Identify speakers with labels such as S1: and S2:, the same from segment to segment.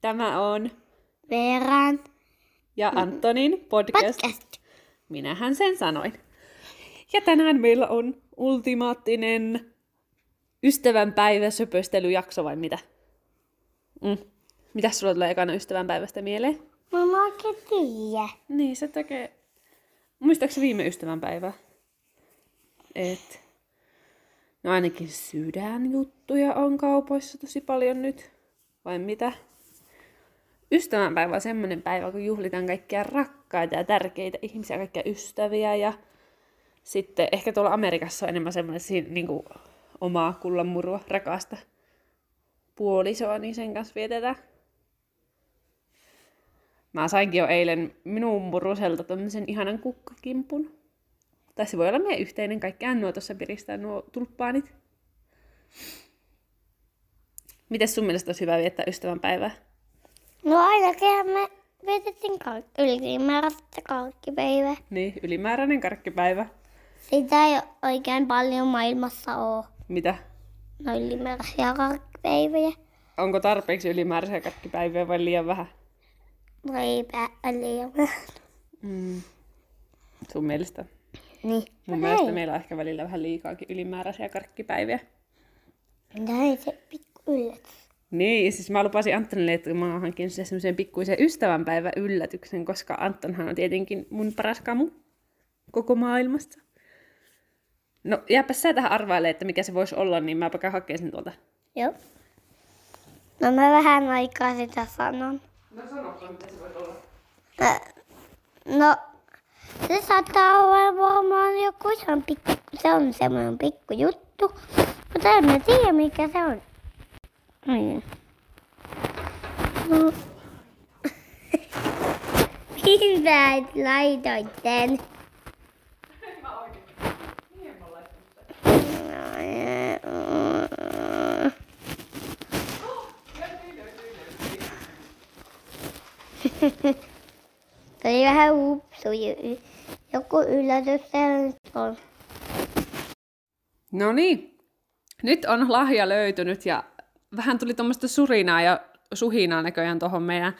S1: Tämä on
S2: Veeran
S1: ja Antonin podcast.
S2: podcast.
S1: Minähän sen sanoin. Ja tänään meillä on ultimaattinen ystävänpäivä söpöstelyjakso vai mitä? Mm. Mitäs sulla tulee ekana ystävänpäivästä mieleen?
S2: Mä en oikein tiedä.
S1: Niin, se tekee... Muistaakseni viime ystävänpäivä? Et... No ainakin sydänjuttuja on kaupoissa tosi paljon nyt. Vai mitä? Ystävänpäivä on semmoinen päivä, kun juhlitaan kaikkia rakkaita ja tärkeitä ihmisiä, kaikkia ystäviä ja sitten ehkä tuolla Amerikassa on enemmän semmoinen niin kuin, omaa kullanmurua, rakasta puolisoa, niin sen kanssa vietetään. Mä sainkin jo eilen minun muruselta tämmöisen ihanan kukkakimpun. Tai se voi olla meidän yhteinen, kaikkiaan nuo tuossa piristää nuo tulppaanit. Miten sun mielestä olisi hyvä viettää ystävänpäivää?
S2: No ainakin me vietettiin kaikki ylimääräistä kalkkipäivää.
S1: Niin, ylimääräinen karkkipäivä.
S2: Sitä ei oikein paljon maailmassa ole.
S1: Mitä?
S2: No ylimääräisiä kalkkipäiviä.
S1: Onko tarpeeksi ylimääräisiä karkkipäiviä vai liian vähän?
S2: No ei pää liian.
S1: Mm. Sun mielestä?
S2: Niin.
S1: Mun
S2: no,
S1: mielestä meillä on ehkä välillä vähän liikaakin ylimääräisiä karkkipäiviä.
S2: Näin se pikku yllätys.
S1: Niin, siis mä lupasin Antonille, että mä hankin sille semmoisen pikkuisen ystävänpäivän yllätyksen, koska Antonhan on tietenkin mun paras kamu koko maailmasta. No, jääpä sä tähän arvaile, että mikä se voisi olla, niin mäpä käyn hakemaan sen tuolta.
S2: Joo. No mä vähän aikaa sitä sanon.
S1: No sanoppa, mitä se voi olla.
S2: Äh, No, se saattaa olla varmaan joku ihan pikku, se on semmoinen pikku juttu, mutta en mä tiedä mikä se on. Niin. No. Mitä et laitoit sen? No, Se oli vähän upsui. Joku yllätys se nyt on.
S1: No niin, nyt on lahja löytynyt ja vähän tuli tuommoista surinaa ja suhinaa näköjään tuohon meidän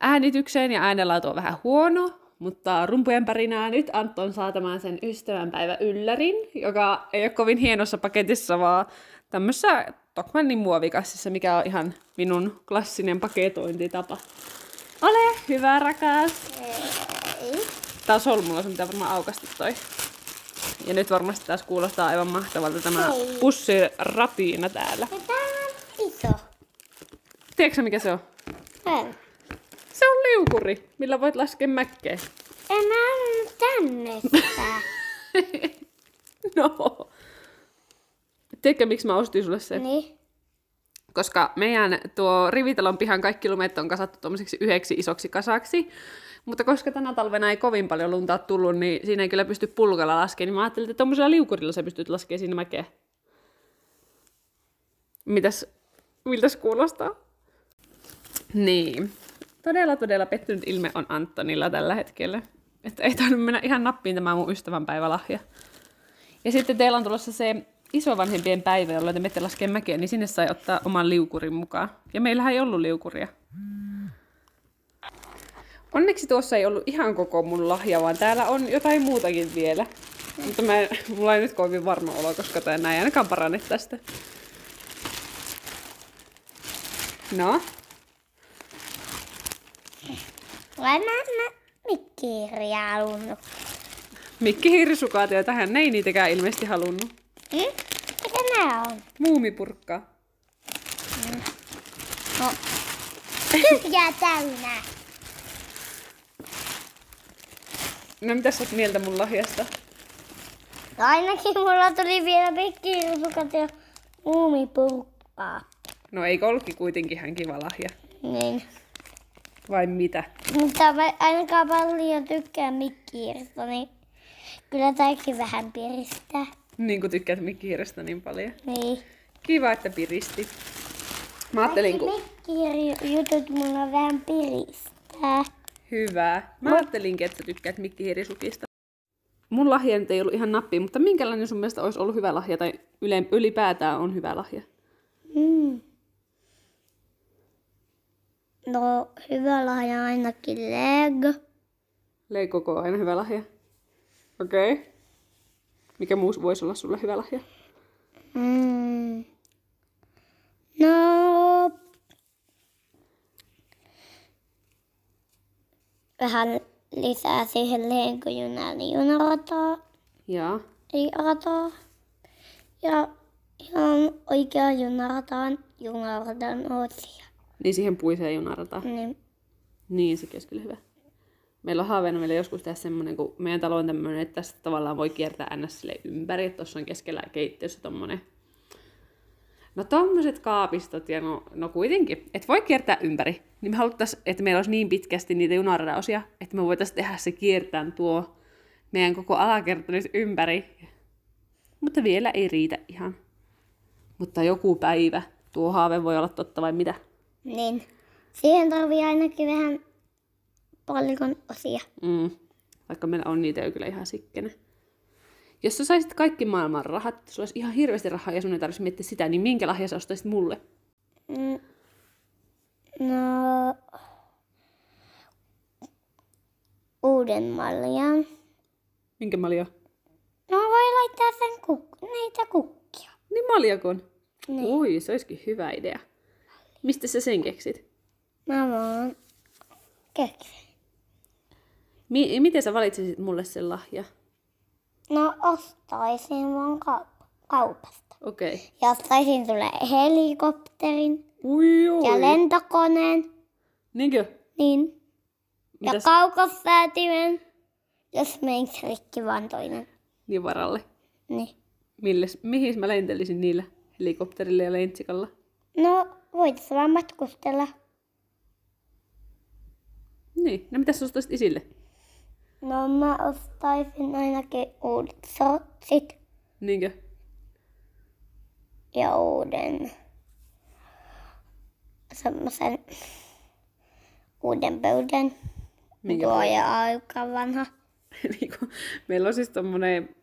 S1: äänitykseen ja äänenlaatu on vähän huono, mutta rumpujen pärinää nyt Anton saa tämän sen ystävänpäivä yllärin, joka ei ole kovin hienossa paketissa, vaan tämmössä Tokmannin muovikassissa, mikä on ihan minun klassinen paketointitapa. Ole hyvä, rakas! Tää on solmulla, sun pitää varmaan aukasti toi. Ja nyt varmasti taas kuulostaa aivan mahtavalta tämä
S2: Hei.
S1: pussiratina täällä.
S2: Ja tää on iso.
S1: Tiedätkö sä, mikä se on?
S2: En.
S1: Se on liukuri, millä voit laskea mäkkeä.
S2: En mä halunnut tänne sitä.
S1: No. Tiedätkö, miksi mä ostin sulle sen?
S2: niin.
S1: Koska meidän tuo rivitalon pihan kaikki lumet on kasattu tuommoiseksi yhdeksi isoksi kasaksi. Mutta koska tänä talvena ei kovin paljon lunta ole tullut, niin siinä ei kyllä pysty pulkalla laskemaan. Niin mä ajattelin, että tuommoisella liukurilla sä pystyt laskemaan sinne mäkeä. Mitäs, miltäs kuulostaa? Niin. Todella, todella pettynyt ilme on Antonilla tällä hetkellä. Että ei tainnut mennä ihan nappiin tämä mun ystävänpäivälahja. Ja sitten teillä on tulossa se isovanhempien päivä, jolloin te menette laskemaan mäkeä, niin sinne sai ottaa oman liukurin mukaan. Ja meillähän ei ollut liukuria. Onneksi tuossa ei ollut ihan koko mun lahja, vaan täällä on jotain muutakin vielä. Mutta mä, en- mulla ei nyt kovin varma olo, koska tää näin ei ainakaan parane tästä. No,
S2: Vai mä en mikkikirjaa halunnut.
S1: Mikki Hirsukaat ja tähän ei niitäkään ilmeisesti halunnut.
S2: Hmm? Mitä nää on?
S1: Muumipurkkaa.
S2: No. Tyhjää täynnä.
S1: No mitä sä oot mieltä mun lahjasta?
S2: No ainakin mulla tuli vielä pikkirisukat ja muumipurkkaa.
S1: No eikö ollutkin kuitenkin ihan kiva lahja?
S2: Niin.
S1: Vai mitä?
S2: Mutta mä ainakaan paljon tykkään mikkikirjasta, niin kyllä tääkin vähän piristää.
S1: Niin kuin tykkäät Mikkihiirestä niin paljon.
S2: Niin.
S1: Kiva, että piristi. Mä ajattelin, kun...
S2: Mikkikirjutut mulla vähän piristää.
S1: Hyvä. Mä ajattelinkin, että sä tykkäät mikkihiirisukista. Mun lahja nyt ei ollut ihan nappi, mutta minkälainen sun mielestä olisi ollut hyvä lahja tai yle-
S2: Hmm.
S1: ylipäätään on hyvä lahja?
S2: Mm. No, hyvä lahja ainakin Lego.
S1: Leikoko on aina hyvä lahja. Okei. Okay. Mikä muu voisi olla sulle hyvä lahja?
S2: Mm. No. Vähän lisää siihen niin lenkojunaan junarataa.
S1: Jaa.
S2: Eli rataa. Ja ihan oikea junarataan junaradan osia.
S1: Niin siihen puiseen junarataan.
S2: Niin.
S1: Niin, sekin olisi kyllä hyvä. Meillä on haaveena meillä joskus tehdä semmoinen, kun meidän talo on tämmöinen, että tässä tavallaan voi kiertää ns. sille ympäri, että tuossa on keskellä keittiössä tommonen. No tommoset kaapistot ja no, no kuitenkin, että voi kiertää ympäri. Niin me haluttaisiin, että meillä olisi niin pitkästi niitä junaradaosia, että me voitaisiin tehdä se kiertään tuo meidän koko alakerta nyt ympäri. Mutta vielä ei riitä ihan. Mutta joku päivä tuo haave voi olla totta vai mitä?
S2: niin. Siihen tarvii ainakin vähän paljon osia.
S1: Mm. Vaikka meillä on niitä jo kyllä ihan sikkenä. Jos sä saisit kaikki maailman rahat, sulla olisi ihan hirveästi rahaa ja sun ei tarvitsisi miettiä sitä, niin minkä lahja sä ostaisit mulle?
S2: Mm. No, uuden maljan.
S1: Minkä maljo?
S2: No voi laittaa sen kuk- niitä kukkia.
S1: Niin maljakon.
S2: Niin.
S1: Oi, se olisikin hyvä idea. Mistä sä sen keksit?
S2: Mä vaan keksin.
S1: Mi- miten sä valitsisit mulle sen lahja?
S2: No ostaisin vaan kaup- kaupasta.
S1: Okei. Okay.
S2: Ja ostaisin sulle helikopterin
S1: Ui, ui.
S2: ja lentokoneen.
S1: Niinkö?
S2: Niin. Ja
S1: Mitäs?
S2: kaukosäätimen. Jos menis rikki vaan toinen.
S1: Niin varalle.
S2: Niin.
S1: Milles, mihin mä lentelisin niillä? Helikopterilla ja lentsikalla?
S2: No voit vaan matkustella.
S1: Niin. No mitä sä ostaisit isille?
S2: No mä ostaisin ainakin uudet sotsit
S1: Niinkö?
S2: ja uuden semmoisen uuden pöydän.
S1: Minkä
S2: Tuo on jo aika vanha.
S1: niinku, meillä on siis tommonen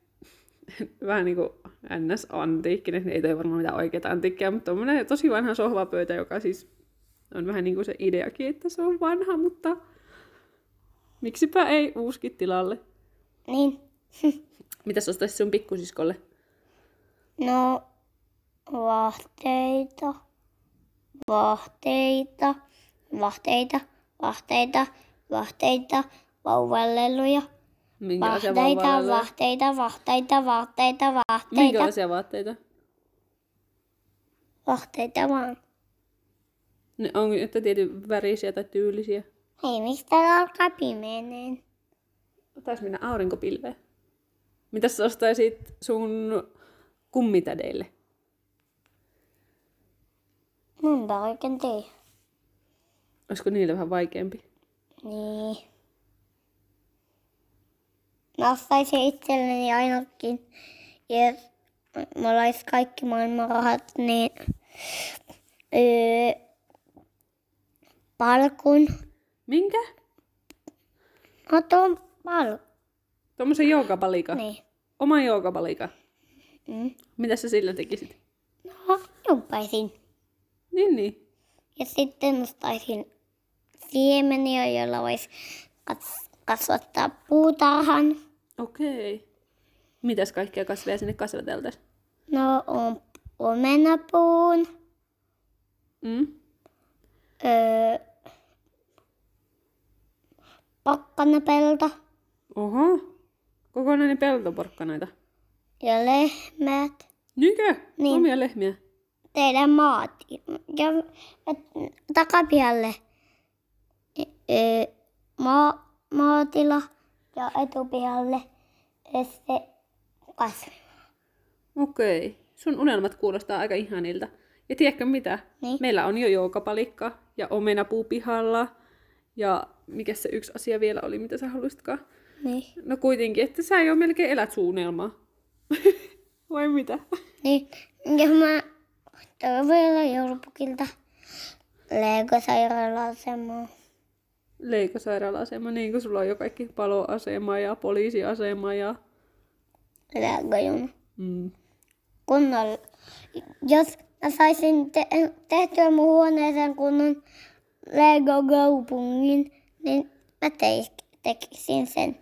S1: vähän niinku ns. antiikkinen, niin ei toi varmaan mitään oikeita antiikkia, mutta tommonen tosi vanha sohvapöytä, joka siis on vähän niinku se ideakin, että se on vanha, mutta miksipä ei uuskin tilalle.
S2: Niin,
S1: Mitäs ostaisit sun pikkusiskolle?
S2: no vahteita, vahteita, vahteita, vahteita, vahteita, vauvalleluja.
S1: Minkälaisia
S2: Vahteita,
S1: vauvaleluja?
S2: vahteita, vahteita, vahteita, vahteita,
S1: Minkälaisia vaatteita?
S2: vahteita vaan.
S1: Ne on että tietyn värisiä tai tyylisiä.
S2: Hei, mistä alkaa pimeneen?
S1: Taisi mennä aurinkopilveen. Mitäs sä ostaisit sun kummitädeille?
S2: Mun oikein tee.
S1: Olisiko niille vähän vaikeampi?
S2: Niin. Mä ostaisin itselleni ainakin, jos mulla olisi kaikki maailman rahat, niin öö, palkun.
S1: Minkä?
S2: No tuon palkun.
S1: Tuommoisen joogapalikan. Niin.
S2: Niin.
S1: Oman joogapalikan.
S2: Mm.
S1: Mitä sä sillä tekisit?
S2: No, jumpaisin.
S1: Niin, niin.
S2: Ja sitten ostaisin siemeniä, joilla voisi kas- kasvattaa puutarhan.
S1: Okei. Okay. Mitäs kaikkea kasveja sinne kasvateltais?
S2: No, on omenapuun.
S1: Mm?
S2: Öö, pakkanapelta
S1: Oho. Kokonainen peltoporkkanaita.
S2: ja lehmät.
S1: Niinkö?
S2: Niin.
S1: Omia lehmiä.
S2: Teidän maat. Ja et- takapihalle öö, maa, maatila ja etupihalle ö, se kasvi.
S1: Okei. Okay. Sun unelmat kuulostaa aika ihanilta. Ja tiedätkö mitä?
S2: Niin.
S1: Meillä on jo joukapalikka ja omenapuu pihalla. Ja mikä se yksi asia vielä oli, mitä sä haluaisitkaan?
S2: Niin.
S1: No kuitenkin, että sä jo melkein elät suunnelmaa. Vai mitä?
S2: niin. Ja mä toivon joulupukilta Lego-sairaala-asemaa.
S1: leikosairaala-asema, niin kuin sulla on jo kaikki paloasema ja poliisiasema ja...
S2: Lego-juna.
S1: Mm.
S2: kunnolla. Jos mä saisin te- tehtyä mun huoneeseen kunnon Lego-kaupungin, niin mä teis, tekisin sen.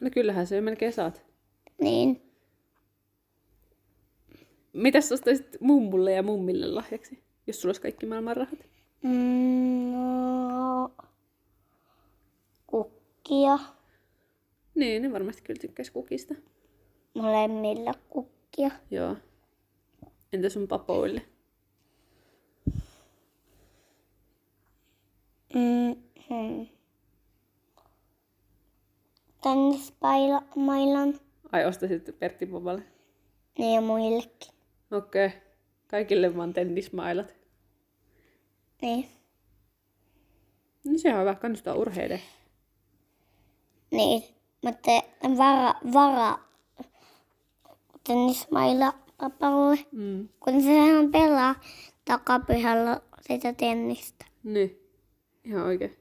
S1: No kyllähän se melkein saat.
S2: Niin.
S1: Mitäs ostaisit mummulle ja mummille lahjaksi, jos sulla olisi kaikki maailman rahat?
S2: Mm, no, kukkia.
S1: Niin, ne varmasti kyllä tykkäisi kukista.
S2: Molemmilla kukkia.
S1: Joo. Entä sun papoille?
S2: Mm-hmm. Tennispailan
S1: Ai ostaisit Pertti Popalle?
S2: niin ja muillekin.
S1: Okei. Okay. Kaikille vaan tennismailat.
S2: Niin.
S1: No se on hyvä, kannustaa urheille.
S2: niin. Mutta vara, vara tennismailla papalle,
S1: Mm.
S2: kun sehän pelaa takapihalla sitä tennistä.
S1: Niin. Ihan oikein.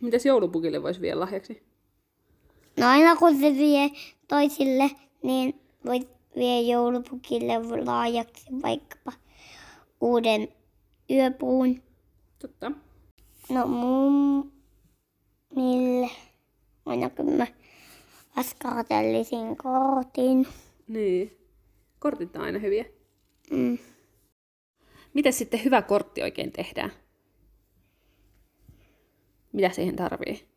S1: Mitäs joulupukille voisi vielä lahjaksi?
S2: No aina kun se vie toisille, niin voi vie joulupukille laajaksi vaikkapa uuden yöpuun.
S1: Totta.
S2: No mummille. Aina kun mä askartelisin kortin.
S1: Niin. Kortit on aina hyviä.
S2: Mm.
S1: Mitä sitten hyvä kortti oikein tehdään? Mitä siihen tarvii?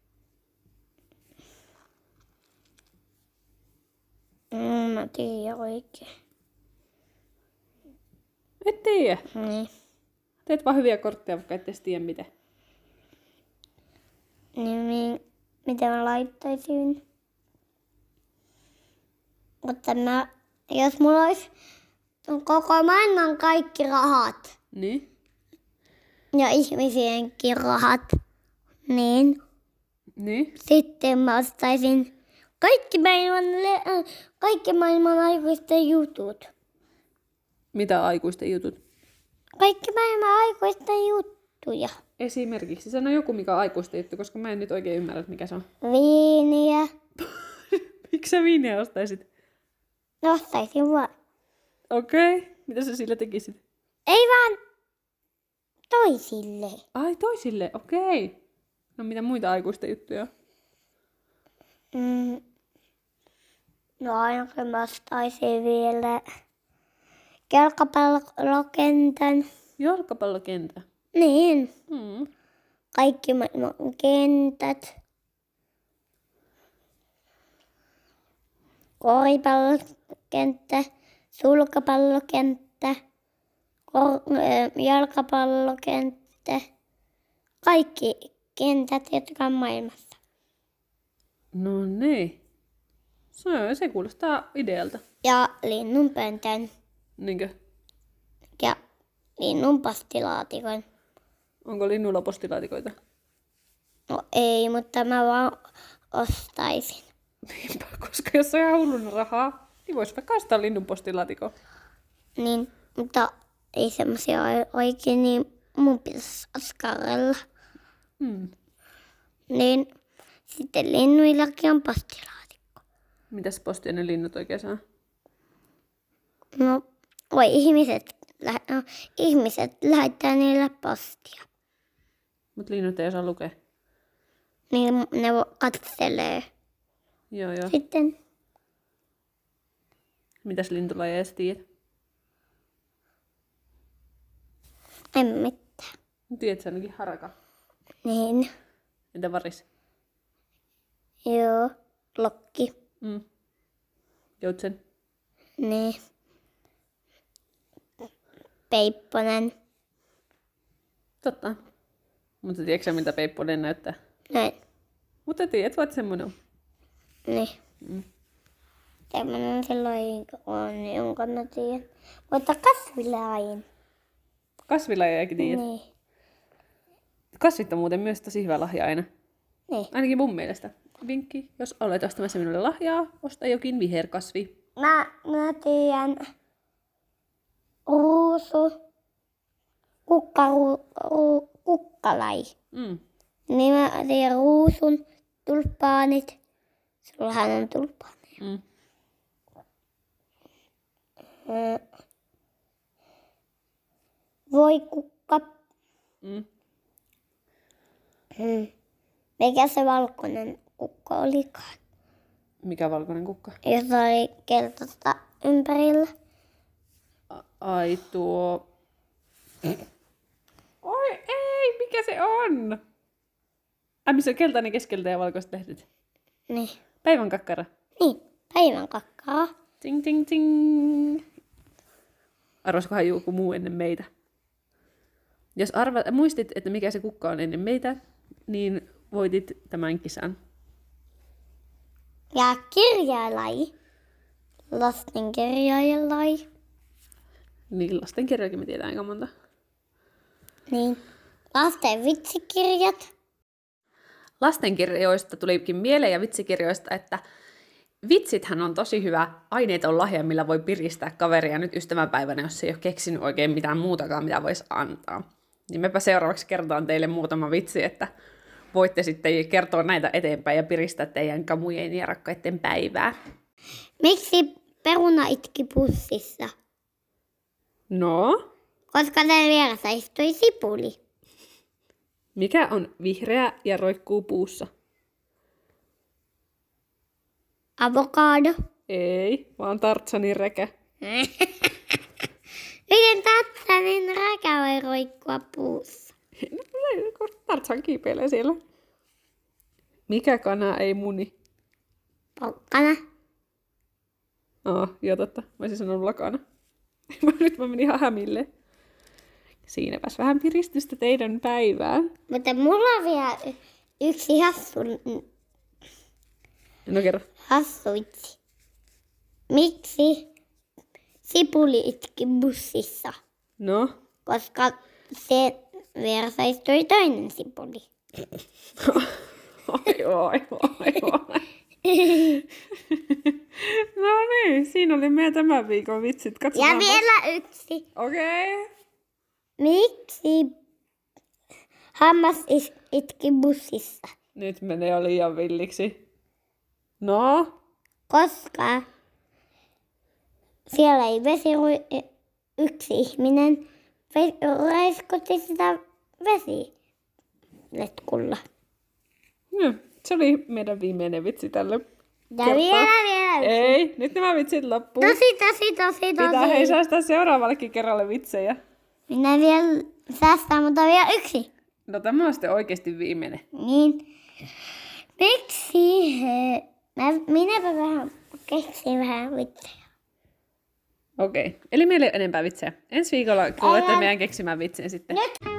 S2: Mm, mä tiedän oikein.
S1: Et tiedä.
S2: Niin.
S1: Teet vaan hyviä kortteja, vaikka et edes tiedä miten.
S2: Niin, mi- mitä mä laittaisin? Mutta mä, jos mulla olisi koko maailman kaikki rahat
S1: Niin.
S2: ja ihmisienkin rahat, niin
S1: Niin.
S2: sitten mä ostaisin kaikki maailman, le- äh, kaikki maailman aikuisten jutut.
S1: Mitä aikuisten jutut?
S2: Kaikki maailman aikuisten juttuja.
S1: Esimerkiksi sano joku, mikä on aikuisten juttu, koska mä en nyt oikein ymmärrä, että mikä se on.
S2: Viiniä.
S1: Miksi sä viiniä ostaisit?
S2: No ostaisin vaan.
S1: Okei. Okay. Mitä sä sillä tekisit?
S2: Ei vaan toisille.
S1: Ai toisille, okei. Okay. No mitä muita aikuisten juttuja on?
S2: Mm. No ainakin mä ostaisin vielä jalkapallokentän.
S1: Jalkapallokentä.
S2: Niin,
S1: Hmm.
S2: kaikki maailman kentät. Koripallokenttä, sulkapallokenttä, kor- ö, jalkapallokenttä. Kaikki kentät, jotka on maailmassa.
S1: No niin. Se, se kuulostaa idealta.
S2: Ja linnunpöntön
S1: Niinkö?
S2: ja linnunpastilaatikon.
S1: Onko linnulla postilaatikoita?
S2: No ei, mutta mä vaan ostaisin.
S1: Niinpä, koska jos on ihan hullun rahaa, niin voisi vaikka ostaa linnun postilaatikon.
S2: Niin, mutta ei semmoisia ole oikein, niin mun pitäisi askarella.
S1: Mm.
S2: Niin sitten linnuillakin on postilaatikko.
S1: Mitäs postia ne linnut oikein saa?
S2: No, voi ihmiset, lä- äh, ihmiset lähettää niille postia.
S1: Mut linnut ei osaa lukea.
S2: Niin ne vo- katselee.
S1: Joo, joo.
S2: Sitten
S1: Mitäs lintulajeja edes tiedät?
S2: en mitään.
S1: Tiedät sä ainakin haraka.
S2: Niin,
S1: Entä varis?
S2: joo, lokki.
S1: Mm. Joutsen.
S2: Niin. Peipponen.
S1: Totta. Mutta tiedätkö sä, miltä peipponen näyttää?
S2: Näin.
S1: Mutta tiedät vaan, että semmonen on.
S2: Niin. Tämmönen silloin on, jonka mä tiedän. Mutta kasvilain.
S1: Kasvilajejakin tiedät.
S2: Niin.
S1: Kasvit on muuten myös tosi hyvä lahja aina.
S2: Niin.
S1: Ainakin mun mielestä. Vinkki, jos olet ostamassa minulle lahjaa, osta jokin viherkasvi.
S2: Mä, mä tiedän ruusu, kukkaru, ru, kukkalai.
S1: Mm.
S2: Niin mä tiedän ruusun, tulppaanit. Sullahan on tulppaaneja.
S1: Mm.
S2: Mm. Voi kukka,
S1: Mm.
S2: Mm. Mikä se valkoinen kukko olikaan?
S1: Mikä valkoinen kukka?
S2: Jossa oli keltaista ympärillä.
S1: A- Ai tuo... Oi ei, mikä se on? Ai missä on keltainen keskeltä ja valkoiset lehdet.
S2: Niin.
S1: Päivän kakkara.
S2: Niin, päivän kakkaa.
S1: Ting, ting, ting. Arvaskohan joku muu ennen meitä. Jos arva, muistit, että mikä se kukka on ennen meitä, niin voitit tämän kisan.
S2: Ja kirjailai. Lasten kirjailai.
S1: Niin lasten kirjakin me tiedään aika monta.
S2: Niin. Lasten vitsikirjat.
S1: lastenkirjoista tulikin mieleen ja vitsikirjoista, että vitsithän on tosi hyvä aineeton lahja, millä voi piristää kaveria nyt ystävänpäivänä, jos ei ole keksinyt oikein mitään muutakaan, mitä voisi antaa. Niin mepä seuraavaksi kertaan teille muutama vitsi, että voitte sitten kertoa näitä eteenpäin ja piristää teidän kamujen ja rakkaiden päivää.
S2: Miksi peruna itki pussissa?
S1: No,
S2: Koska sen vieressä istui sipuli.
S1: mikä on vihreä ja roikkuu puussa?
S2: Avokado.
S1: Ei, vaan tartsanin reke.
S2: Miten tatsanin räkä voi roikkua puussa?
S1: No, Tartsan kiipeilee siellä. Mikä kana ei muni?
S2: Pokkana.
S1: Aa, joo totta. Mä olisin sanonut lakana. Nyt mä menin ihan hämille. Siinäpäs vähän piristystä teidän päivään.
S2: Mutta mulla on vielä y- yksi hassu,
S1: No kerro.
S2: hassu itse. Miksi sipuli itki bussissa?
S1: No,
S2: Koska se vieressä istui toinen sipuli.
S1: oi oi oi oi. No niin, siinä oli meidän tämän viikon vitsit.
S2: Ja
S1: Katsotaan.
S2: vielä yksi.
S1: Okei. Okay.
S2: Miksi hammas is- itki bussissa?
S1: Nyt menee jo liian villiksi. No,
S2: koska siellä ei vesiru yksi ihminen ve- räiskutti sitä vesiletkulla.
S1: no, se oli meidän viimeinen vitsi tälle.
S2: Ja
S1: Kertaa.
S2: vielä, vielä.
S1: Ei, nyt nämä vitsit loppuu.
S2: Tosi, tosi, tosi,
S1: Pitää hei
S2: tosi.
S1: säästää seuraavallekin kerralle vitsejä.
S2: Minä vielä säästän, mutta vielä yksi.
S1: No tämä on sitten oikeasti viimeinen.
S2: Niin. Miksi? he- Mä, minäpä vähän keksin vähän vitsejä.
S1: Okei. Eli meillä ei ole enempää vitsejä. Ensi viikolla kuulette
S2: Älä-
S1: meidän keksimään vitsin sitten.
S2: Nyt.